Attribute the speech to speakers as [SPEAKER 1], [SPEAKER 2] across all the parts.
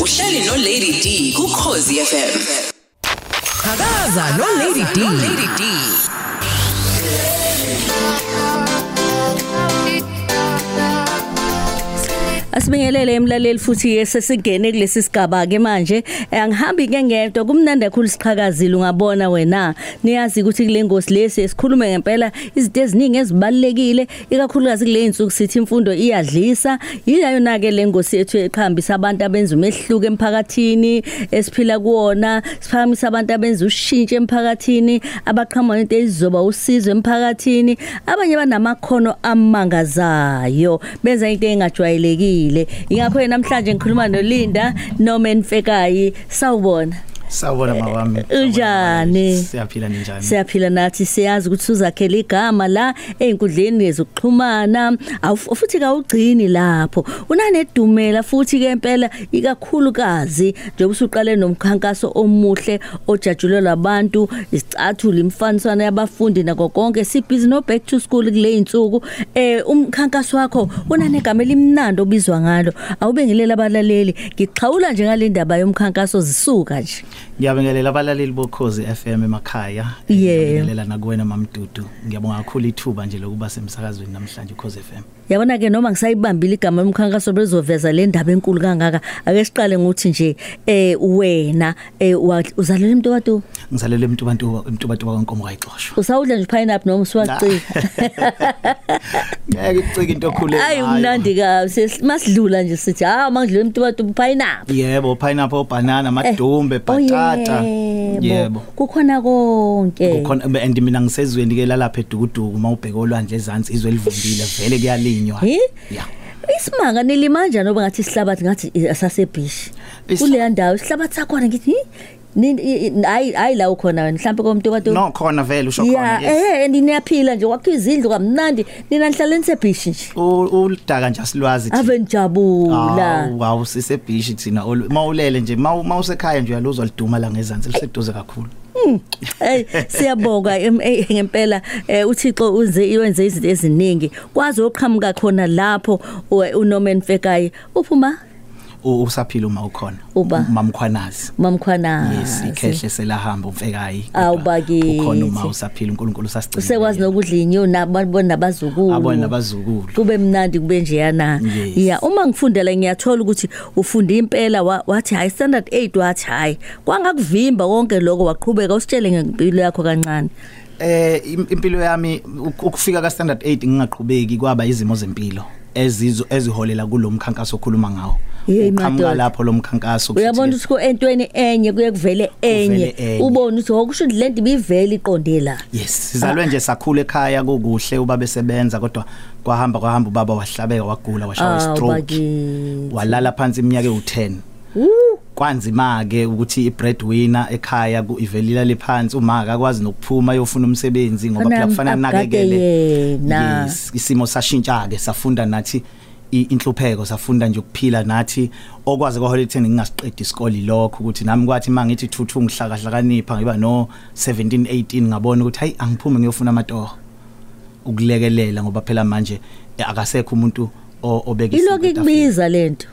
[SPEAKER 1] uhleli noLady D kukhozi FM
[SPEAKER 2] Hakaza no Lady D.
[SPEAKER 1] noLady D
[SPEAKER 3] Asibingelele emlaleli futhi esesingene kulesi sigaba ke manje Eh, angihambi ke ngento kumnandi kakhulu siqhakazile ungabona wena niyazi ukuthi kule ngosi lesi sikhulume ngempela izinto eziningi ezibalekile ikakhulukazi kule insuku sithi imfundo iyadlisa yiyo na ke le ngosi yethu eqhambisa abantu abenza umehluko emphakathini esiphila kuwona siphakamisa abantu abenza ushintsho emphakathini abaqhamuka into ezizoba usizo emphakathini abanye banamakhono amangazayo benza into engajwayelekile ingakho ke namhlanje ngikhuluma nolinda norman fekayi sawubona Eh,
[SPEAKER 4] Sawubona mawami.
[SPEAKER 3] unjani?
[SPEAKER 4] Siyaphila ninjani?
[SPEAKER 3] siyaphila nathi siyazi ukuthi uzakhela igama la ey'nkundleni zokuxhumana Awu- futhi kawugcini lapho unanedumela futhi-ke impela ikakhulukazi njengoba usuqale nomkhankaso omuhle ojajulwe labantu isicathulo imifaniswana yabafundi nako konke sibhizi no-back to school kule y'nsuku um umkhankaso wakho unanegama elimnandi obizwa ngalo awube ngileli abalaleli ngixhawula nje ngale ndaba yomkhankaso zisuka nje
[SPEAKER 4] Ngiyabingelela abalaleli bokhozi FM emakhaya.
[SPEAKER 3] Yeah.
[SPEAKER 4] Ngiyabingelela nakuwena mamdudu. Ngiyabonga kakhulu ithuba nje lokuba semsakazweni namhlanje ukhozi FM.
[SPEAKER 3] yabona ke noma ngisayibambile igama lomkhankaso bezoveza le ndaba enkulu kangaka ake siqale ngokuthi nje eh wena eh wa- uzalelwe umuntu watu
[SPEAKER 4] Ngizalelwe emntubantu emntubantu kwankomo kayixoshwa.
[SPEAKER 3] usawudla nje pineapple noma usuwacika
[SPEAKER 4] Ngeke icike into okhule.
[SPEAKER 3] ayi umnandi kabi Ses- masidlula nje sithi "Ah, ha mangidlule umuntu watu pineapple
[SPEAKER 4] Yebo, pineapple, banana,
[SPEAKER 3] Eh,
[SPEAKER 4] madumbe,
[SPEAKER 3] oh
[SPEAKER 4] bhatata.
[SPEAKER 3] yebo kukhona konke
[SPEAKER 4] Kukhona and mina ngisezweni ke lalapha edukuduku mawubheka olwandle ezantsi izwe livundile vele kuyalinywa.
[SPEAKER 3] Hi?
[SPEAKER 4] Yeah.
[SPEAKER 3] isimanga nilima njani oba ngathi isihlabathi ngathi asasebhishi
[SPEAKER 4] Is-
[SPEAKER 3] kuleya ndawo isihlabathi sakhona ngithi hi? Ni- i- i- hayi hayi la ukhona wena mhlawumbe komuntu watu
[SPEAKER 4] No khona vele usho
[SPEAKER 3] ya
[SPEAKER 4] khona. yes.
[SPEAKER 3] eh and niyaphila nje wakho izindlu kamnandi nina nihlalenise ebhishi nje
[SPEAKER 4] U- Ulidaka nje asilwazi thina.
[SPEAKER 3] ave nijabula
[SPEAKER 4] Awu, awu sisebhishi thina olu- mawulele nje mawu- mawusekhaya nje uyaluzwa liduma la ngezansi liseduze kakhulu
[SPEAKER 3] hey siyabonga em- eh, ngempela eh, uThixo uze wenze izinto eziningi kwazi oqhamuka khona lapho u- uNorman Fekayi uphuma
[SPEAKER 4] U- usaphila uma ukhona
[SPEAKER 3] Uba? Ah,
[SPEAKER 4] mamkhwanazi yes
[SPEAKER 3] mamkhwana
[SPEAKER 4] ikhehle selahamba umfekayi
[SPEAKER 3] Awu,
[SPEAKER 4] kodwa
[SPEAKER 3] bakithi.
[SPEAKER 4] ukhona uma usaphila unkulunkulu
[SPEAKER 3] usekwazi
[SPEAKER 4] usasigcina
[SPEAKER 3] nokudla inyo nabona nabazukulu
[SPEAKER 4] abone nabazukulu
[SPEAKER 3] kube mnandi kube njeyana
[SPEAKER 4] Yes.
[SPEAKER 3] ya uma ngifundela ngiyathola ukuthi ufunde impela wa- wathi hayi standard 8 wathi hayi kwangakuvimba konke lokho waqhubeka usitshele ngempilo yakho kancane
[SPEAKER 4] eh im- impilo yami uk- ukufika ka standard 8 ngingaqhubeki kwaba izimo zempilo ezizo eziholela kulomkhankaso okhuluma ngawo
[SPEAKER 3] Yeyi,
[SPEAKER 4] uqhamuka
[SPEAKER 3] madoda.
[SPEAKER 4] lapho lo mkhankaso
[SPEAKER 3] uyabona
[SPEAKER 4] futhi-ke-
[SPEAKER 3] ukuthi ku-entweni enye kuye kuvele enye
[SPEAKER 4] enye.
[SPEAKER 3] ubone ukuthi okusho ukuthi le nto ibivele iqonde la
[SPEAKER 4] Yes, sizalwe nje sakhula ekhaya kukuhle ubaba esebenza kodwa kwahamba kwahamba ubaba wahlabeka wagula washawa
[SPEAKER 3] Awu,
[SPEAKER 4] stroke
[SPEAKER 3] bakithi.
[SPEAKER 4] walala phansi iminyaka ewu10. Kwanzima ke ukuthi ibreadwinner ekhaya kuivelila lephansi uma akakwazi nokuphuma yofuna umsebenzi ngoba
[SPEAKER 3] Fana-
[SPEAKER 4] phela kufanele
[SPEAKER 3] agade
[SPEAKER 4] nakekele.
[SPEAKER 3] yena.
[SPEAKER 4] Yes, isimo sashintsha ke safunda nathi i- inhlupheko safunda nje ukuphila nathi okwazi kwaholela ekutheni ngingasiqedi isikole lokho ukuthi nami kwathi mangithi thuthu ngihlakahlakanipha ngiba no 17 18 ngabona ukuthi hayi angiphume ngiyofuna amatoho ukulekelela ngoba phela manje eh, akasekho umuntu o- obeka
[SPEAKER 3] ilokhu
[SPEAKER 4] isinto etafuleni.
[SPEAKER 3] ikubiza le nto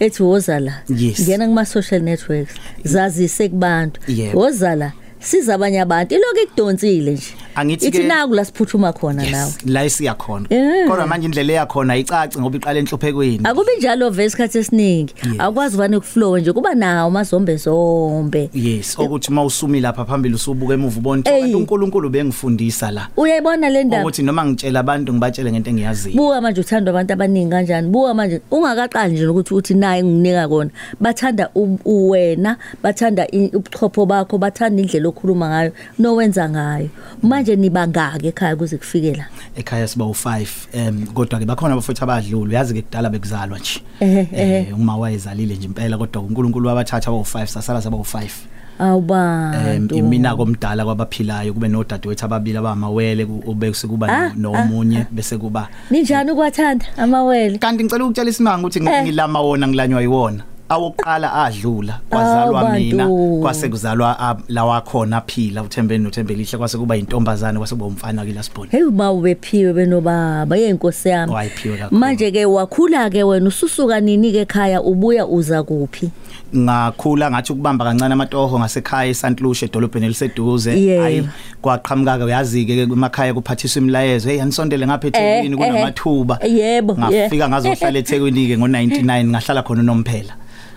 [SPEAKER 3] ethi woza la
[SPEAKER 4] Yes.
[SPEAKER 3] ngena kuma-social networks zazise kubantu
[SPEAKER 4] Yebo.
[SPEAKER 3] woza la siza abanye abantu ilokhu ikudonsile nje
[SPEAKER 4] Angithi
[SPEAKER 3] ithi
[SPEAKER 4] ke-
[SPEAKER 3] naku la siphuthuma khona nawe
[SPEAKER 4] Yes, la isiya khona
[SPEAKER 3] Yeah.
[SPEAKER 4] kodwa manje indlela eyakhona ayicaci ngoba iqala enhluphekweni
[SPEAKER 3] akube njalo vele isikhathi esiningi
[SPEAKER 4] Yes.
[SPEAKER 3] awukwazi ubane kuflowe nje kuba nawo amazombe zombe
[SPEAKER 4] yes ukuthi mawusumi lapha phambili usubuka emuva ubona
[SPEAKER 3] Ey.
[SPEAKER 4] ukuthi uNkulunkulu bengifundisa la
[SPEAKER 3] uyayibona le ndaba
[SPEAKER 4] ukuthi noma ngitshela abantu ngibatshele ngento engiyaziyo
[SPEAKER 3] buka manje uthandwa abantu abaningi kanjani buka manje ungakaqali nje nokuthi uthi naye nginika kona bathanda u- uwena bathanda i- ubuchopho bakho bathanda indlela okhuluma ngayo nowenza ngayo manje nibangaka ekhaya kuze kufike la
[SPEAKER 4] ekhaya siba u5 em kodwa ke bakhona abafuthi abadlulu uyazi ke kudala bekuzalwa nje
[SPEAKER 3] Ehhe, ehhe.
[SPEAKER 4] eh uma wayezalile nje impela kodwa uNkulunkulu wabathatha abawu5 sasala saba u5 em
[SPEAKER 3] awubantu
[SPEAKER 4] imina komdala kwabaphilayo kube nodadewethu ababili abamawele obese
[SPEAKER 3] Ah,
[SPEAKER 4] kuba no-
[SPEAKER 3] ah,
[SPEAKER 4] nomunye bese kuba
[SPEAKER 3] ninjani ukwathanda amawele
[SPEAKER 4] kanti ngicela ukutshela isimanga ukuthi ngi-
[SPEAKER 3] Eh.
[SPEAKER 4] ngilama wona ngilanywa yiwona awokuqala adlula kwazalwa
[SPEAKER 3] Awu,
[SPEAKER 4] mina
[SPEAKER 3] bantu.
[SPEAKER 4] kwase kuzalwa ah, lawa khona phila uThembeni noThembelihle kwase kuba intombazane kwase kuba umfana kila sibona
[SPEAKER 3] Hey uma ubephiwe benobaba yenkosi yami.
[SPEAKER 4] Wayiphiwe kakhulu.
[SPEAKER 3] Manje ke wakhula ke wena ususuka nini ke ekhaya ubuya uza kuphi?
[SPEAKER 4] ngakhula ngathi ukubamba kancane amatoho ngasekhaya eSt Lucia edolobheni eliseduze
[SPEAKER 3] Yebo.
[SPEAKER 4] Ayi, kwaqhamuka ke uyazi ke emakhaya kuphathiswa imlayezo hey anisondele ngapha eThekwini
[SPEAKER 3] Eh, eh, eh.
[SPEAKER 4] kunamathuba
[SPEAKER 3] Yebo, yeah.
[SPEAKER 4] ngafika ngazohlala eThekwini ke ngo99 ngahlala khona nomphela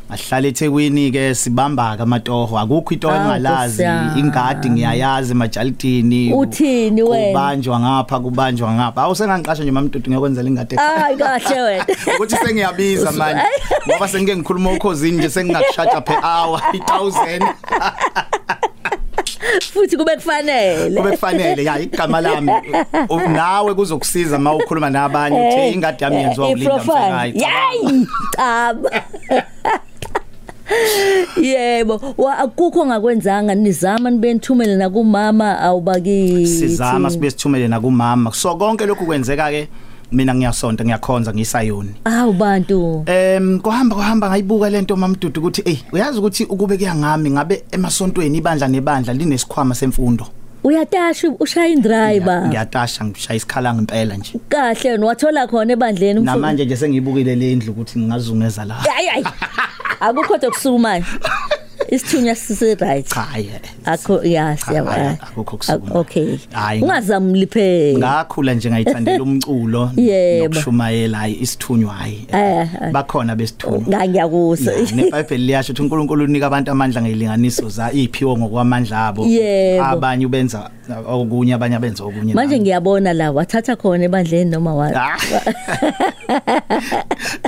[SPEAKER 4] ngahlala eThekwini ke sibamba ke amatoho akukho into
[SPEAKER 3] Hawu, Ah, Nkosi
[SPEAKER 4] engalazi
[SPEAKER 3] yami.
[SPEAKER 4] ingadi ngiyayazi majalitini
[SPEAKER 3] Uthini wena?
[SPEAKER 4] kubanjwa ngapha kubanjwa ngapha awusengangiqasha nje mamdudu ngiyokwenzela ingadi ekhaya
[SPEAKER 3] Ay kahle wena.
[SPEAKER 4] ukuthi sengiyabiza manje ngoba sengike ngikhuluma okhosini nje sengingakushaja per hour i1000
[SPEAKER 3] Futhi kube kufanele.
[SPEAKER 4] kube kufanele ya igama lami u- nawe kuzokusiza uma ukhuluma nabanye
[SPEAKER 3] Eh,
[SPEAKER 4] uthi ingadi yami yenziwa ulinda mfekayi
[SPEAKER 3] Yayi chaba. Yebo, wa akukho ngakwenzanga nizama nibe nithumele na kumama awubakithi.
[SPEAKER 4] sizama sibe sithumele nakumama so konke lokhu kwenzeka ke mina ngiyasonta ngiyakhonza ngisayoni
[SPEAKER 3] Awu bantu.
[SPEAKER 4] Em kuhamba kuhamba ngayibuka lento mamdudu ukuthi hey uyazi ukuthi ukube kuyangami ngabe emasontweni ibandla nebandla linesikhwama semfundo
[SPEAKER 3] Uyatasha ushaya indriver.
[SPEAKER 4] ngiyatasha ngishaya isikhala ngempela nje
[SPEAKER 3] kahle wena wathola khona ebandleni umfu-
[SPEAKER 4] namanje nje sengiyibukile le ndlu ukuthi ngingazungeza la
[SPEAKER 3] Ayi, ayi. akukho dokusuka manje isithunywa sise-right
[SPEAKER 4] cha ye
[SPEAKER 3] akho ya siyabona.
[SPEAKER 4] akukho okusukumayo.
[SPEAKER 3] Ak- okay
[SPEAKER 4] Hhayi,
[SPEAKER 3] ungazami liphela
[SPEAKER 4] ngakhula nje ngayithandela umculo
[SPEAKER 3] Yebo.
[SPEAKER 4] nokushumayela hayi isithunywa hayi
[SPEAKER 3] Eh, eh.
[SPEAKER 4] bakhona besithunywa
[SPEAKER 3] ngangiyakuso
[SPEAKER 4] Ya, nebhayibheli liyasho ukuthi uNkulunkulu unika abantu amandla ngelinganiso za iphiwo ngokwamandla abo
[SPEAKER 3] Yebo.
[SPEAKER 4] abanye ubenza okunye abanye abenza okunye Ah.
[SPEAKER 3] manje ngiyabona la wathatha khona ebandleni noma wa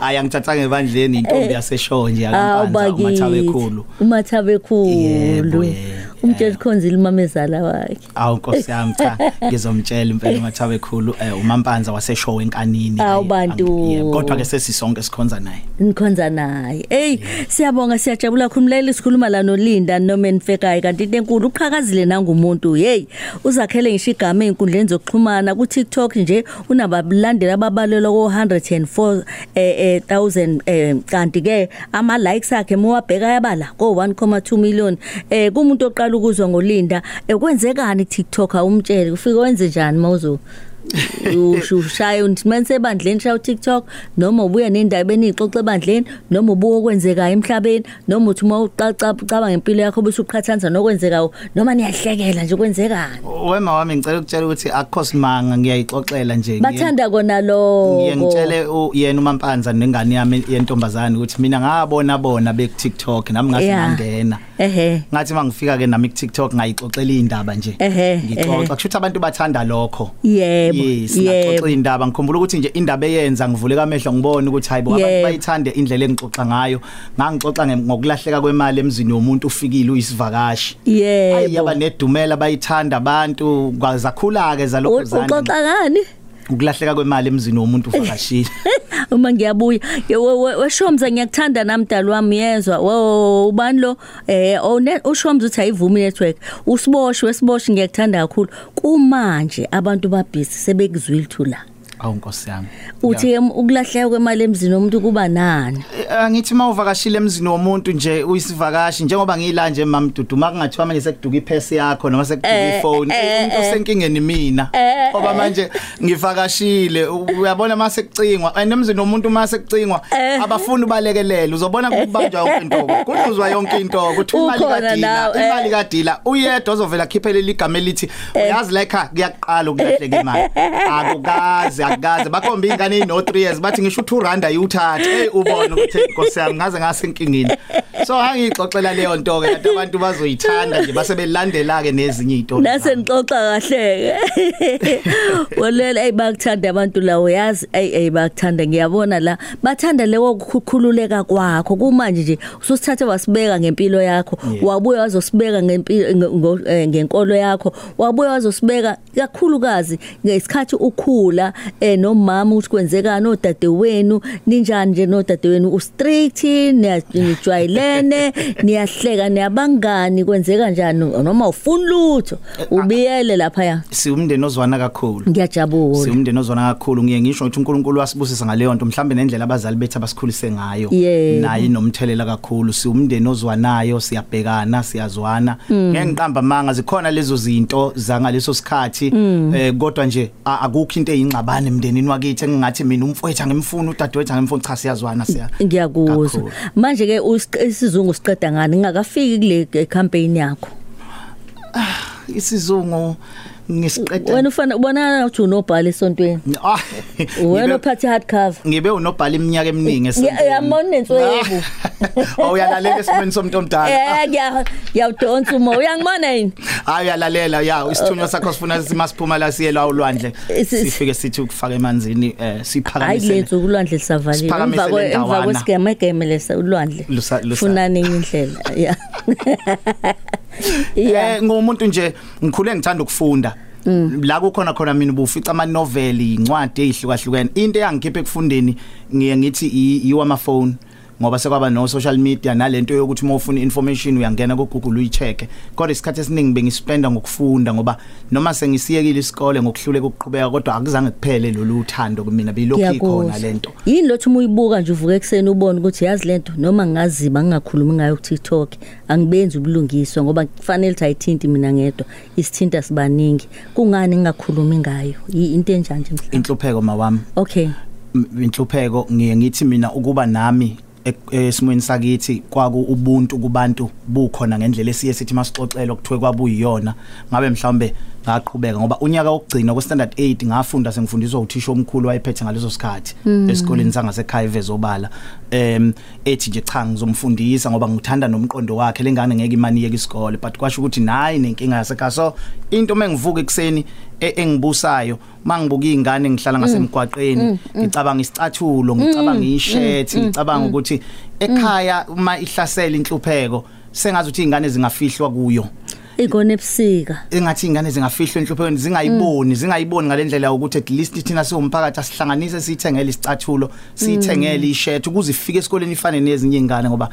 [SPEAKER 4] aya ngithatha ngebandleni intombi yaseshonje yakampanza umathawe ekhulu
[SPEAKER 3] Ah, umathabe
[SPEAKER 4] Yebo,
[SPEAKER 3] khulu
[SPEAKER 4] yeah,
[SPEAKER 3] umtshela ukhonzile umamezala wakhe
[SPEAKER 4] awu nkosi yami cha ngizomtshela impela umathawe ekhulu eh, umampanza waseshow enkanini
[SPEAKER 3] Awu,
[SPEAKER 4] Hhayi,
[SPEAKER 3] bantu.
[SPEAKER 4] yebo. kodwa ke sesisonke sikhonza naye
[SPEAKER 3] nikhonza naye eyi siyabonga siyajabula khulumleli sikhuluma la nolinda noman fekayi kanti into enkulu uqhakazile nangumuntu yeyi uzakhele ngisho igama ey'nkundleni zokuxhumana ku-tiktok nje unabalandeli ababalelwa ko-104 eh, eh, 000 eh, kanti-ke ama-likes akhe muwabheka yabala ko-1,2 million um kumuntu oqala ukuzwa ngolinda um kwenzekani tiktok awumtshele ufike wenze njani mawuzo usho ushaye uthi manise ebandleni shaya uTikTok noma ubuya nendaba enixoxe ebandleni noma ubuya okwenzekayo emhlabeni noma uthi uma ucacaba ngempilo yakho bese uqhathanisa nokwenzekayo noma niyahlekela nje kwenzekani
[SPEAKER 4] wema wami ngicela ukutshela ukuthi akukho simanga ngiyayixoxela nje
[SPEAKER 3] bathanda kona
[SPEAKER 4] Ngiye- ngiye
[SPEAKER 3] lokho
[SPEAKER 4] ngitshele u- yena umampanza nengane yami yentombazane ukuthi mina ngabona bona beku-tiktok nami ngase
[SPEAKER 3] Yeah.
[SPEAKER 4] ngangena
[SPEAKER 3] ehe
[SPEAKER 4] ngathi uma ngifika ke nami ku-tiktok ngayixoxela iy'ndaba nje
[SPEAKER 3] Ehhe, ehhe.
[SPEAKER 4] ngixoxa kusho ukuthi abantu bathanda lokho
[SPEAKER 3] yebo
[SPEAKER 4] yes
[SPEAKER 3] yebo
[SPEAKER 4] ngaxoxa indaba ngikhumbula ukuthi nje indaba eyenza ngivuleka amehlo ngibone ukuthi hayibo abantu
[SPEAKER 3] Yebo.
[SPEAKER 4] bayithande indlela engixoxa ngayo ngangixoxa nge- ngokulahleka kwemali emzini womuntu ufikile uyisivakashi Ayi,
[SPEAKER 3] yebo
[SPEAKER 4] yaba nedumela bayithanda abantu kwazakhula ke zalokho
[SPEAKER 3] uxoxa
[SPEAKER 4] zani
[SPEAKER 3] ngani
[SPEAKER 4] ukulahleka kwemali emzini womuntu uvakashile
[SPEAKER 3] uma ngiyabuya Ye- we- we- weshomza ngiyakuthanda namdali wami yezwa wo ubani lo um ushomza uthi ayivumi i-network usiboshi wesiboshi ngiyakuthanda kakhulu kumanje abantu babhizi sebekuzwile thu la
[SPEAKER 4] awu nkosi yami
[SPEAKER 3] uthi em- ukulahleka kwemali emzini womuntu kuba nani
[SPEAKER 4] Eh, ngithi mawuvakashile emzini womuntu nje uyisivakashi njengoba ngila nje mamdudu makungathiwa manje sekuduka iphesi yakho noma sekuduka
[SPEAKER 3] Eh,
[SPEAKER 4] ifoni
[SPEAKER 3] eh,
[SPEAKER 4] umuntu osenkingeni mina ngoba manje ngivakashile u- uyabona uma sekucingwa and emzini womuntu uma sekucingwa
[SPEAKER 3] Eh.
[SPEAKER 4] abafuni ubalekelele uzobona kubanjwa yonke into kuduzwa yonke into ukuthi imali
[SPEAKER 3] Ukhona
[SPEAKER 4] kadila
[SPEAKER 3] nawe, eh.
[SPEAKER 4] imali kadila uyedwa ozovela akhiphele ligama elithi uyazi la ekhaya kuyaqala ukulahleka imali akukaze akukaze bakhomba iy'ngane ey'no 3 years bathi ngisho uthi uranda yiwuthathe eyi ubone ukuthi nkosi yami ngaze ngasenkingeni so angiyixoxela leyo nto-ke kanti abantu bazoyithanda nje basebelandela-ke nezinye iy'toli
[SPEAKER 3] nase ngixoxa kahle-ke walela eyi bakuthanda abantu la uyazi eyi eyi bakuthanda ngiyabona la bathanda leko kukhululeka kwakho kumanje nje ususithathe wasibeka ngempilo yakho
[SPEAKER 4] Yeah.
[SPEAKER 3] wabuya wazosibeka ngempilo- nge- ngo- eh, ngenkolo yakho wabuya wazosibeka kakhulukazi ngesikhathi ukhula eh nomama ukuthi kwenzekani odadewenu ninjani nje nodadewenu u strict niyajwayelene niyahleka niyabangani kwenzeka njani noma ufuni lutho ubiyele lapha ya
[SPEAKER 4] siwumndeni ozwana kakhulu
[SPEAKER 3] ngiyajabula
[SPEAKER 4] siwumndeni ozwana kakhulu ngiye ngisho ukuthi uNkulunkulu wasibusisa ngaleyo nto mhlambe nendlela abazali bethu abasikhulise ngayo
[SPEAKER 3] Yebo.
[SPEAKER 4] naye inomthelela kakhulu siwumndeni ozwanayo siyabhekana siyazwana
[SPEAKER 3] Hmm.
[SPEAKER 4] ngeke ngiqamba manga zikhona lezo zinto zangaleso sikhathi
[SPEAKER 3] Hmm.
[SPEAKER 4] eh kodwa nje a- akukho into eyingxabane emndenini wakithi engingathi mina umfowethu angimfuni udadewethu angimfuni cha siyazwana siya
[SPEAKER 3] ngiyakuzwa
[SPEAKER 4] Kakhulu.
[SPEAKER 3] manje ke usiq- isizungu siqeda ngani ngingakafiki kule eh, campaign yakho
[SPEAKER 4] isizungu ngisiqeda
[SPEAKER 3] wena ufana ubonakala ukuthi unobhala esontweni
[SPEAKER 4] Ah,
[SPEAKER 3] wena
[SPEAKER 4] ngibe-
[SPEAKER 3] uphathe hard cover
[SPEAKER 4] ngibe unobhala iminyaka eminingi
[SPEAKER 3] Ya- yamona
[SPEAKER 4] Ah.
[SPEAKER 3] nenswebu
[SPEAKER 4] awuyalalela esimweni somuntu omdala
[SPEAKER 3] eh ngiya- ngiyawudonsa umoya uyangibona yini
[SPEAKER 4] hayi uyalalela ya isithunywa sakho sifuna simasiphuma la siye la olwandle
[SPEAKER 3] Isi-
[SPEAKER 4] sifike sithi ukufaka emanzini eh
[SPEAKER 3] hayi kule
[SPEAKER 4] siphakamise
[SPEAKER 3] nsuku ulwandle lisavalile
[SPEAKER 4] Siphakamise
[SPEAKER 3] emva kwe-
[SPEAKER 4] le
[SPEAKER 3] emva
[SPEAKER 4] ndawana.
[SPEAKER 3] kwesigemegeme lesa ulwandle
[SPEAKER 4] Lusa- lusa-
[SPEAKER 3] funani enye indlela ya ya
[SPEAKER 4] eh ngomuntu nje ngikhule ngithanda ukufunda la kukhona khona mina ubufica ama novel incwadi ezihlukahlukene into eyangikhiphe ekufundeni ngiye ngithi i- iwa ama phone ngoba sekwaba no social media nalento yokuthi uma ufuna information uyangena ku Google uyicheck kodwa isikhathi esiningi bengispenda ngokufunda ngoba noma sengisiyekile isikole ngokuhluleka ukuqhubeka kodwa akuzange kuphele lolu uthando kumina belokhu ikhona lento
[SPEAKER 3] yini lothi uma uyibuka nje uvuke ekuseni ubone ukuthi yazi lento noma ngingaziba ngingakhulumi ngayo ku-tiktok angibenzi ubulungiswa ngoba kufanele ukuthi ayithinti mina ngedwa isithinta sibaningi kungani ngingakhulumi ngayo Yi- into enjanje mhla
[SPEAKER 4] inhlupheko mawami
[SPEAKER 3] okay
[SPEAKER 4] m- inhlupheko ngiye ngithi mina ukuba nami ek- esimweni sakithi kwaku ubuntu kubantu bukhona ngendlela esiye sithi masixoxelo kuthiwe kwabuyiyona ngabe mhlawumbe ngaqhubeka ngoba unyaka wokugcina kwestandard 8 ngafunda sengifundiswa uthisha omkhulu wayephethe ngaleso sikhathi esikoleni sangasekhaya evezobala em ethi nje cha ngizomfundisa ngoba ngithanda nomqondo wakhe lengane ngeke imani yeke isikole but kwasho ukuthi nayi nenkinga yasekhaya so into mengivuka ekseni e- engibusayo mangibuka ingane ngihlala ngasemgwaqeni ngicabanga isicathulo ngicabanga ishethi ngicabanga ukuthi ekhaya uma ihlasela inhlupheko sengazi ukuthi izingane zingafihlwa kuyo
[SPEAKER 3] ikhona ebusika
[SPEAKER 4] engathi ingane zingafihlwa enhluphekweni zingayiboni zingayiboni ngalendlela ukuthi at least thina siwumphakathi asihlanganise siyithengele isicathulo siyithengele ishethi ukuze ifike esikoleni ifane nezinye izingane ngoba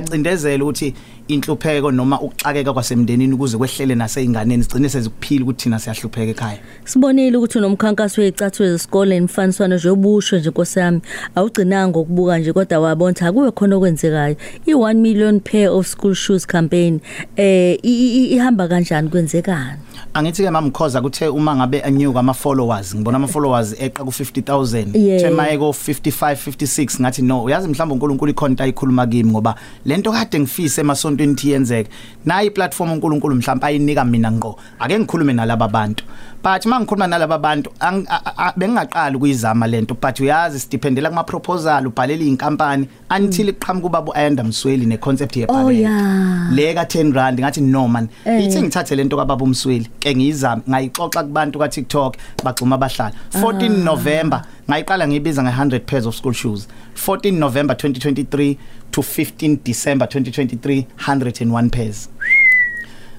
[SPEAKER 4] kuyacindezela ukuthi inhlupheko noma ukuxakeka kwasemndenini ukuze kwehlele naseyinganeni sigcine sezikuphila ukuthi thina siyahlupheka ekhaya
[SPEAKER 3] Sibonile ukuthi nomkhankaso wecathulo zesikole nemfaniswano jobusho nje Nkosi yami awugcinanga ngokubuka nje kodwa wabona ukuthi akuwe khona okwenzekayo i1 million pair of school shoes campaign eh i- i- i- ihamba kanjani kwenzekani
[SPEAKER 4] angithi ke mamkhoza kuthe uma ngabe anyuka ama followers ngibona ama followers eqa ku 50000
[SPEAKER 3] Yeah.
[SPEAKER 4] kuthe maye ko 55 56 ngathi no uyazi mhlawumbe uNkulunkulu ikhonta ayikhuluma kimi ngoba lento kade ngifise emasontweni ithi yenzeke nayi platform uNkulunkulu mhlawumbe ayinika mina ngqo ake ngikhulume nalabo abantu but mangikhuluma nalabo abantu ang- a- a- a- bengingaqali kuyizama lento but uyazi sidependela kuma proposal ubhalela izinkampani until iqhamuka ubaba uAyanda Msweli ne concept
[SPEAKER 3] Oh, yeah.
[SPEAKER 4] yebhalelo le ka 10 rand ngathi no man ithi ngithathe lento kababa umsweli ke ngiyizame ngayixoxa kubantu ka TikTok bagxuma abahlala 14 November ngayiqala ngibiza nge 100 pairs of school shoes 14 November 2023 to 15 December 2023 101 pairs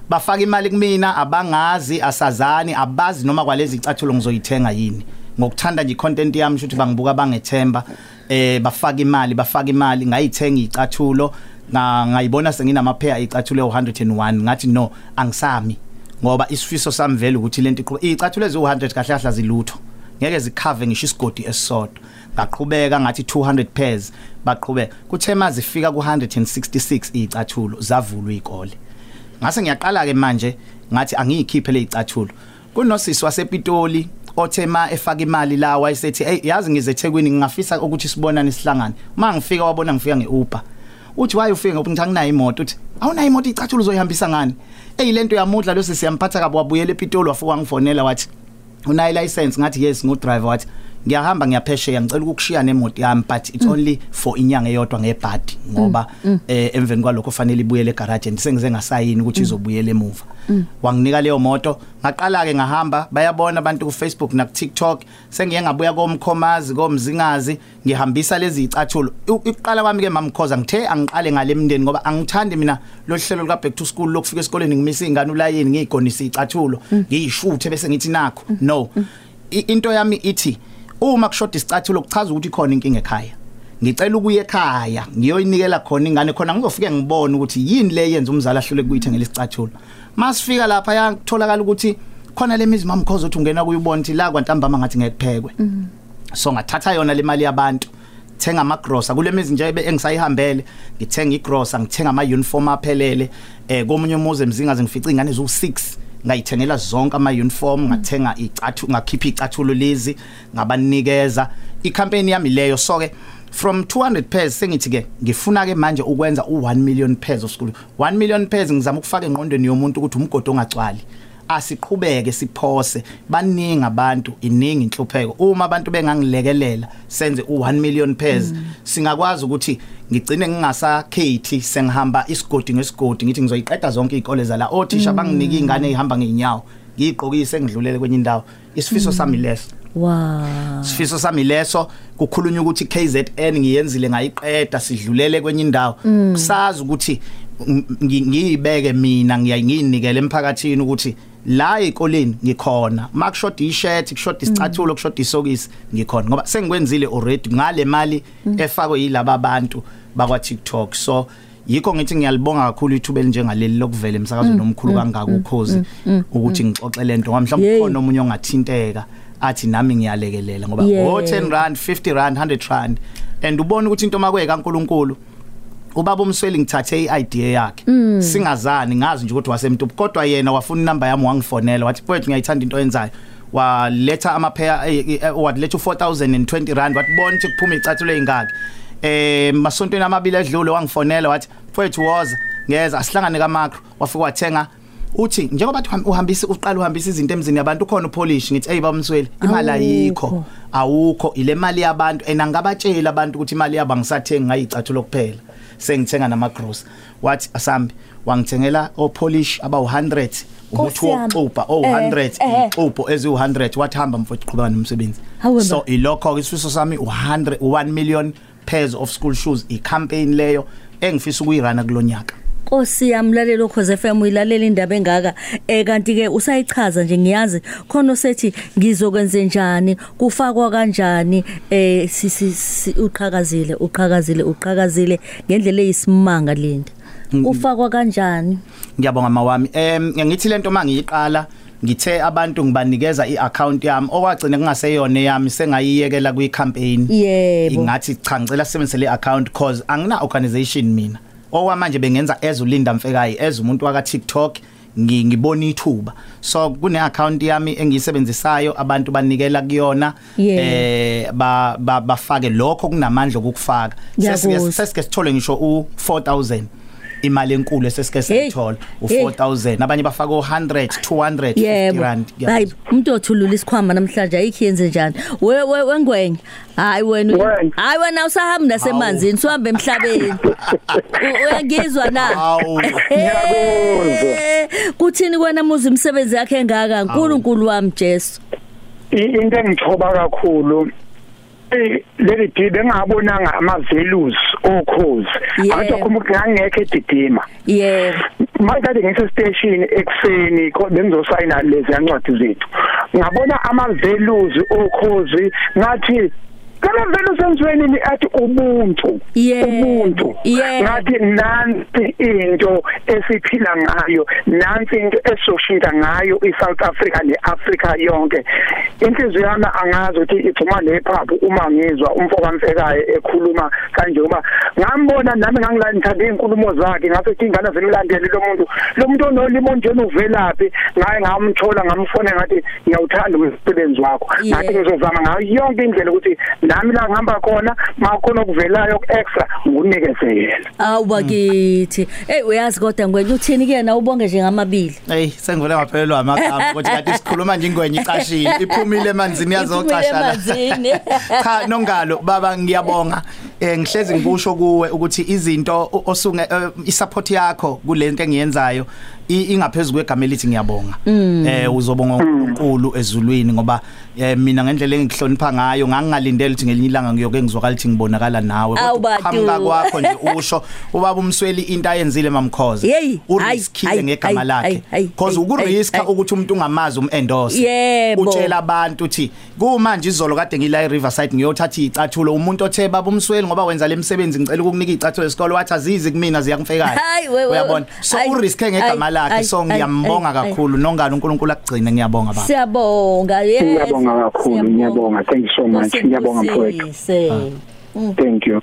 [SPEAKER 4] bafaka imali kumina abangazi asazani abazi noma kwalezi icathulo ngizoyithenga yini ngokuthanda nje icontent yami shothi bangibuka bangethemba eh bafaka imali bafaka imali ngayithenga icathulo nga- ngayibona senginamaphaya icathulo e101 ngathi no angisami ngoba isifiso sami vele ukuthi lento iqhubeka icathulo ezi100 kahle kahle azilutho ngeke zikhave ngisho isigodi esisodwa ngaqhubeka ngathi 200 pairs baqhubeka kuthe mazi fika ku166 icathulo zavulwa ikole ngase ngiyaqala ke manje ngathi angiyikhiphe lezicathulo kunosisi wasepitoli othema efaka imali la wayesethi hey yazi ngizethekwini ngingafisa ukuthi sibonane sihlangane uma ngifika wabona ngifika ngeUber uthi waye ufike ngoba ngithi anginayo imoto uthi awunayo imoto icathulo uzoyihambisa ngani hey lento yamudla lo sesiyamphatha kabi wabuyela epitoli wafuka wangifonela wathi unayo license ngathi yes ngu driver wathi ngiyahamba ngiyaphesheya ngicela ukukushiya nemoto yami but it's only for inyanga eyodwa ngebhadi ngoba eh emveni kwalokho fanele ibuyele egarage and sengize ngasayini ukuthi izobuyela emuva wanginika leyo moto ngaqala ke ngahamba bayabona abantu ku Facebook na ku TikTok sengiye ngabuya komkhomazi komzingazi ngihambisa lezi icathulo U- ukuqala kwami ke mamkhoza ngithe angiqale ngale mndeni ngoba angithandi mina lo hlelo luka back to school lokufika esikoleni ngimisa ingane ulayini ngiyigonisa icathulo ngiyishuthe bese ngithi nakho no I- into yami ithi uma kushoda isicathulo kuchaza ukuthi khona inkinga ekhaya ngicela ukuya ekhaya ngiyoyinikela khona ingane khona ngizofike ngibone ukuthi yini le yenza umzali ahlule kuyithengela isicathulo masifika lapha yakutholakala ukuthi khona le mizi mamkhoza uthi ungena kuyibona ukuthi la kwantambama ngathi ngekuphekwe so ngathatha yona le mali yabantu thenga ama grocer kule mizi nje engisayihambele ngithenga i grocer ngithenga ama uniform aphelele eh komunye umuzi emzinga zingifica ingane zo6 ngayithengela zonke ama uniform ngathenga icathu ngakhipha icathulo lezi ngabanikeza i campaign yami leyo so ke from 200 pairs sengithi ke ngifuna ke manje ukwenza u1 million pairs osikulu 1 million pairs ngizama ukufaka enqondweni yomuntu ukuthi umgodi ongacwali asiqhubeke siphose baningi abantu iningi inhlupheko uma abantu bengangilekelela senze u1 million pairs singakwazi ukuthi ngigcine ngingasakhethi sengihamba isigodi ngesigodi ngithi ngizoyiqeda zonke izikole zala othisha banginike ingane ehamba ngeenyawo ngiyiqhokise ngidlulele kwenye indawo isifiso sami leso
[SPEAKER 3] wow
[SPEAKER 4] isifiso sami leso kukhulunywa ukuthi KZN ngiyenzile ngayiqeda sidlulele kwenye indawo kusazi ukuthi ng- ngi- ngiyibeke mina ngiyayinikele emphakathini ukuthi la ekoleni ngikhona makushoda ishirt kushoda isicathulo kushoda isokisi ngikhona ngoba sengikwenzile already ngale mali efakwe yilabo abantu bakwa TikTok so yikho ngithi ngiyalibonga kakhulu ithuba elinjengaleli lokuvela emsakazweni omkhulu kangaka ukhozi ukuthi ngixoxe lento ngoba mhlawumbe
[SPEAKER 3] Yey.
[SPEAKER 4] khona omunye ongathinteka athi nami ngiyalekelela ngoba
[SPEAKER 3] Yeah.
[SPEAKER 4] o 10 rand 50 rand 100 rand and ubone ukuthi into makwe kaNkuluNkulu ubaba umsweli ngithathe i-idea yakhe singazani ngazi nje ukuthi wasemntu kodwa yena wafuna inamba yami wangifonela wathi mfowethu ngiyayithanda into oyenzayo waletha amaphaya eh, waletha u4020 rand wathi bona ukuthi kuphuma icathulo eyingaki eh masontweni amabili edlule wangifonela wathi mfowethu woza ngeza asihlangane kamakro wafika wathenga uthi njengoba uthi uhambisa uqala uhambisa izinto emzini yabantu khona upolish ngithi hey bamsweli imali ayikho
[SPEAKER 3] Awukho.
[SPEAKER 4] awukho ile mali yabantu ena ngabatshela abantu ukuthi imali yaba ngisathenga ngayicathulo kuphela sengithenga nama gross wathi asambi wangithengela o polish aba u100 umuthi
[SPEAKER 3] Nkosi yami.
[SPEAKER 4] wokuxubha
[SPEAKER 3] Eh, eh.
[SPEAKER 4] o100 ixubho eziwu100 wathi hamba mfowethu qhubeka nomsebenzi
[SPEAKER 3] Hawe
[SPEAKER 4] so
[SPEAKER 3] ba.
[SPEAKER 4] ilokho ke isifiso sami u100 1 million pairs of school shoes i campaign leyo engifisa ukuyirana kulonyaka
[SPEAKER 3] Nkosi yamlalelo Khoze FM uyilalela indaba engaka eh kanti ke usayichaza nje ngiyazi khona osethi ngizokwenze njani kufakwa kanjani eh si- si- si- uqhakazile uqhakazile uqhakazile ngendlela eyisimanga lento ufakwa kanjani
[SPEAKER 4] ngiyabonga mawami em ngithi lento mangiyiqala ngithe abantu ngibanikeza iaccount yami okwagcina kungaseyona yami sengayiyekela kwi campaign
[SPEAKER 3] Yebo.
[SPEAKER 4] ingathi cha ngicela sisebenzise le account cause angina organization mina okwamanje bengenza as uLinda Mfekayi as umuntu waka TikTok ngi- ngibona ithuba so kune account yami engiyisebenzisayo abantu banikela kuyona
[SPEAKER 3] Yeah.
[SPEAKER 4] eh ba ba- bafake lokho kunamandla okufaka
[SPEAKER 3] Ngiyakuzwa.
[SPEAKER 4] sesike sesike sithole ngisho u4000 imali enkulu sesike
[SPEAKER 3] Hey.
[SPEAKER 4] sithola
[SPEAKER 3] Hey.
[SPEAKER 4] u4000 abanye bafaka u100 200 50
[SPEAKER 3] yebo
[SPEAKER 4] rand
[SPEAKER 3] hayi umuntu othulula isikhwama namhlanje ayikho yenze njani we we- wengwenya hayi wena
[SPEAKER 5] Wena.
[SPEAKER 3] hayi wena awusahambi nasemanzini sihambe emhlabeni U- uyangizwa na
[SPEAKER 4] Hawu.
[SPEAKER 3] Eh, kuthini kwena muzi imsebenzi yakhe engaka nkulunkulu wami Jesu
[SPEAKER 5] I- into engithoba kakhulu eh, leli D bengabonanga ama values okhozi
[SPEAKER 3] Yeah.
[SPEAKER 5] abantu umuntu ngangekho edidima
[SPEAKER 3] yebo
[SPEAKER 5] manje ngise station ekseni ko- bengizosayina lezi yancwadi zethu ngabona ama values okhozi ngathi kana values enziweni ni athi ubuntu
[SPEAKER 3] Yebo,
[SPEAKER 5] ubuntu
[SPEAKER 3] yebo.
[SPEAKER 5] ngathi nansi into esiphila ngayo nansi into esoshintsha ngayo iSouth Africa neAfrica yonke inhliziyo yami angazi ukuthi ithuma lephaphu uma ngizwa umfokamfekayo ekhuluma kanje ngoba ngambona nami ngangilandithanda izinkulumo zakhe ngasethi ingane zimlandele lo muntu lo muntu onolimo njeni uvelaphi ngaye ngamthola ngamfona ngathi ngiyawuthanda umsebenzi wakho
[SPEAKER 3] Yeah.
[SPEAKER 5] ngathi ngizozama ngayo yonke indlela ukuthi nami la ngihamba khona makhona okuvelayo ku-extra ngunikeze yena
[SPEAKER 3] awubakithi hey uyazi kodwa ngwenya uthini kuyena ubonge nje ngamabili
[SPEAKER 4] Hey sengivele ngaphelelwa amagama ukuthi kanti sikhuluma nje ingwenya iqashile iphumile emanzini yazocashana.
[SPEAKER 3] Iphumile emanzini.
[SPEAKER 4] Cha nongalo baba ngiyabonga. Eh ngihlezi ngikusho kuwe ukuthi izinto o- osunge eh, isupport yakho kulento engiyenzayo i- ingaphezulu kwegama elithi ngiyabonga
[SPEAKER 3] Mm.
[SPEAKER 4] eh uzobonga uNkulunkulu ezulwini ngoba eh, mina ngendlela engihlonipha ngayo ngangingalindele ukuthi ngelinye ilanga ngiyoke ngizwakala ukuthi ngibonakala nawe
[SPEAKER 3] Awu,
[SPEAKER 4] Kodwa
[SPEAKER 3] badu.
[SPEAKER 4] ukuqhamuka kwakho nje usho ubaba umsweli into ayenzile mamkhoza
[SPEAKER 3] Yeyi, hayi,
[SPEAKER 4] uriskile
[SPEAKER 3] hayi,
[SPEAKER 4] ngegama
[SPEAKER 3] hayi, hayi, hayi,
[SPEAKER 4] lakhe because
[SPEAKER 3] hayi,
[SPEAKER 4] ukuriska
[SPEAKER 3] hayi, hayi.
[SPEAKER 4] ukuthi umuntu ungamazi umendose
[SPEAKER 3] Yebo.
[SPEAKER 4] utshela abantu uthi kumanje izolo kade ngila eRiverside ngiyothatha izicathulo umuntu othe baba umsweli ngoba wenza lemsebenzi ngicela ukukunika izicathulo esikole wathi azizi kumina ziyangifekayo
[SPEAKER 3] Hayi, we- we-
[SPEAKER 4] uyabona so
[SPEAKER 3] hayi,
[SPEAKER 4] uriske ngegama
[SPEAKER 3] hayi,
[SPEAKER 4] lakhe
[SPEAKER 3] hayi,
[SPEAKER 4] so
[SPEAKER 3] hayi,
[SPEAKER 4] ngiyambonga
[SPEAKER 3] hayi, hayi.
[SPEAKER 4] kakhulu nongani uNkulunkulu akugcine ngiyabonga baba
[SPEAKER 3] Siyabonga. Yes.
[SPEAKER 5] Ngiyabonga kakhulu,
[SPEAKER 3] siyabonga.
[SPEAKER 5] ngiyabonga. Thank you so much.
[SPEAKER 3] Nkosi
[SPEAKER 5] Ngiyabonga, mfowethu.
[SPEAKER 3] Nkosi.
[SPEAKER 5] Thank you.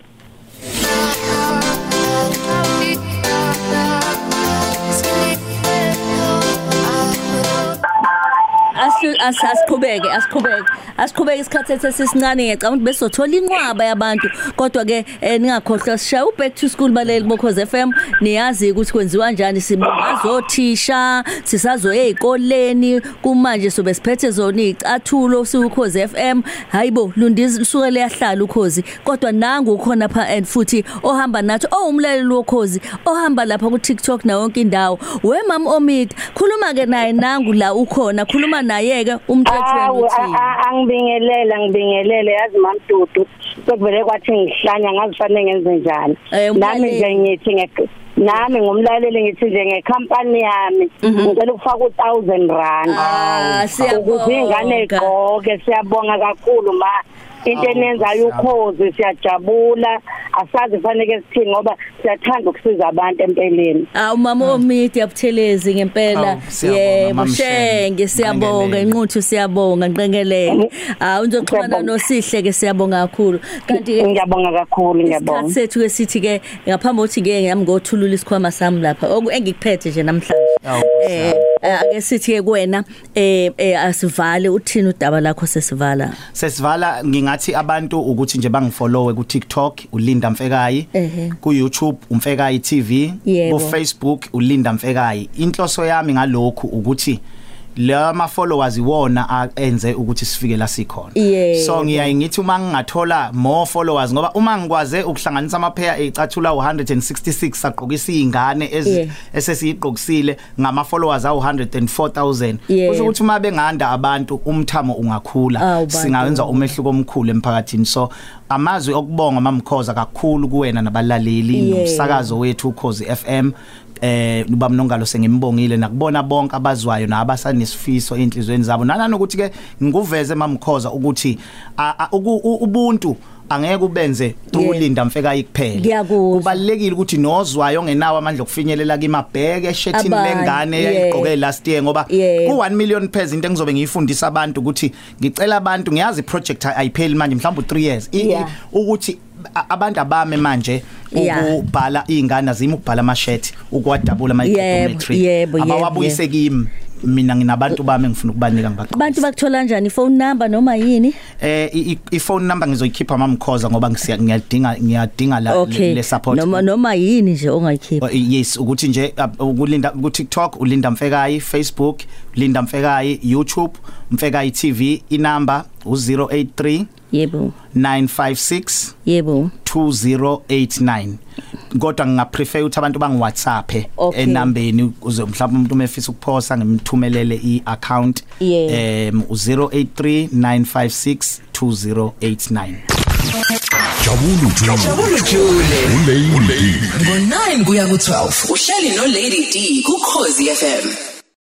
[SPEAKER 3] Asu- as- asiqhubeke asiqhubeke asiqhubeke isikhathi sethu sisincane ngicabanga ukuthi besothola inqwaba yabantu kodwa ke eh, ningakhohlwa sishaya uback to school baleli bokhoze FM niyazi ukuthi kwenziwa kanjani sibazothisha sisazo ezikoleni kumanje sobe siphethe zona izicathulo siukhoze FM hayibo lundizi lisuke liyahlala ukhozi kodwa nangu khona pha and futhi ohamba nathi owumlaleli wokhozi ohamba lapha ku TikTok na yonke indawo we mam Omid khuluma ke naye nangu la ukhona khuluma naye ke umthetho wenu
[SPEAKER 6] Awu,
[SPEAKER 3] uthini
[SPEAKER 6] a- a- angibingelele ngibingelele yazi mamdudu sekuvele kwathi ngihlanya ngazi fanele ngenze njani
[SPEAKER 3] Eh,
[SPEAKER 6] nami
[SPEAKER 3] umlaleli.
[SPEAKER 6] nje ngithi nge- nami ngumlaleli ngithi nje ngekhampani yami ngicela ukufaka u1000 rand
[SPEAKER 3] Mhm. Ah,
[SPEAKER 6] ukuze ingane
[SPEAKER 3] siyabonga.
[SPEAKER 6] igqoke siyabonga kakhulu ma
[SPEAKER 5] Ah,
[SPEAKER 6] into
[SPEAKER 4] Awu,
[SPEAKER 6] eniyenzayo
[SPEAKER 4] siyabonga.
[SPEAKER 6] ukhozi siyajabula asazi fanele sithini ngoba siyathanda ukusiza abantu empeleni
[SPEAKER 3] Awu mama Omid yabuthelezi ngempela
[SPEAKER 4] Ah. Awu, siyabonga, Mama
[SPEAKER 3] shenge
[SPEAKER 4] Mshenge.
[SPEAKER 3] siyabonga
[SPEAKER 4] Nqengelele.
[SPEAKER 3] inquthu siyabonga nqengelele awu ngizoxhumana
[SPEAKER 6] Siyabonga.
[SPEAKER 3] nosihle ke siyabonga kakhulu kanti ke
[SPEAKER 6] ngiyabonga kakhulu ngiyabonga
[SPEAKER 3] isikhathi sethu ke sithi ke ngaphambi kokuthi ke ngiyami ngothulula isikhwama sami lapha oku- engikuphethe nje namhlanje
[SPEAKER 4] Awu,
[SPEAKER 3] eh eh, ake sithi ke kuwena eh eh, asivale uthini udaba lakho sesivala
[SPEAKER 4] sesivala ngingathi abantu ukuthi nje bangifollowe ku TikTok uLinda Mfekayi
[SPEAKER 3] Ehhe.
[SPEAKER 4] ku YouTube umfekayi TV
[SPEAKER 3] Yebo.
[SPEAKER 4] ku Facebook uLinda Mfekayi inhloso yami ngalokhu ukuthi la ma followers iwona enze ukuthi sifike la sikhona
[SPEAKER 3] Yebo.
[SPEAKER 4] so ngiyaye ngithi uma ngingathola more followers ngoba uma ngikwaze ukuhlanganisa ama pair ecathula u166 saqhokisa izingane
[SPEAKER 3] Yeah.
[SPEAKER 4] ezi esesiyiqhokisile ngama followers awu104000
[SPEAKER 3] Yeah.
[SPEAKER 4] kusho ukuthi uma benganda abantu umthamo ungakhula
[SPEAKER 3] Awu, bantu.
[SPEAKER 4] singawenza umehluko omkhulu emphakathini so amazwi okubonga mamkhoza kakhulu kuwena nabalaleli
[SPEAKER 3] Yeah.
[SPEAKER 4] nomsakazo wethu ukhozi FM eh ubamnongalo sengimbongile nakubona bonke abazwayo nabasanesifiso enhlizweni zabo nanani ukuthi ke ngikuveze mamkhoza ukuthi a- a- uku- u- ubuntu angeke ubenze
[SPEAKER 3] Yeah.
[SPEAKER 4] ulinda mfeka ikuphele
[SPEAKER 3] Ngiyakuzwa.
[SPEAKER 4] kubalekile ukuthi nozwayo ongenawo amandla okufinyelela kimabheke eshethini
[SPEAKER 3] Abanye,
[SPEAKER 4] lengane
[SPEAKER 3] yeah.
[SPEAKER 4] eyayiqoke last year ngoba
[SPEAKER 3] Yeah.
[SPEAKER 4] ku 1 million pairs into engizobe ngiyifundisa abantu ukuthi ngicela abantu ngiyazi project ayipheli manje mhlawumbe 3 years I- i-
[SPEAKER 3] Yeah.
[SPEAKER 4] ukuthi a- abantu abame manje
[SPEAKER 3] Yeah.
[SPEAKER 4] ukubhala ingane azima ukubhala amashethi ukwadabula ama
[SPEAKER 3] yebo, yebo,
[SPEAKER 4] abawabuyise kimi mina nginabantu bami engifuna ukubanika
[SPEAKER 3] abantu
[SPEAKER 4] ngibaqhubisa
[SPEAKER 3] bakuthola kanjani phone number noma yini
[SPEAKER 4] eh i- i- iphone number ngizoyikhipha mamkhoza ngoba ngisiya- ngiyadinga ngiyadinga la le-
[SPEAKER 3] okay
[SPEAKER 4] le support
[SPEAKER 3] noma noma yini nje ongayikhipha
[SPEAKER 4] Well, yes ukuthi nje uh, ukulinda ku TikTok ulinda mfekayi Facebook linda mfekayi YouTube mfekayi TV inamba u083
[SPEAKER 3] yebo
[SPEAKER 4] 956
[SPEAKER 3] yebo
[SPEAKER 4] 2089 kodwa ngingaprefer ukuthi abantu bangiwhatsapp
[SPEAKER 3] Okay.
[SPEAKER 4] enambeni uze mhlawumbe umuntu umefisa ukuphosa ngimthumelele iaccount um,
[SPEAKER 3] Yeah.
[SPEAKER 4] em 0839562089
[SPEAKER 7] Jabulu Jule.
[SPEAKER 2] Jabulu Jule
[SPEAKER 7] Ulay Ulay.
[SPEAKER 2] ngo 9 kuya ku 12.
[SPEAKER 1] uhleli no Lady D kukhosi FM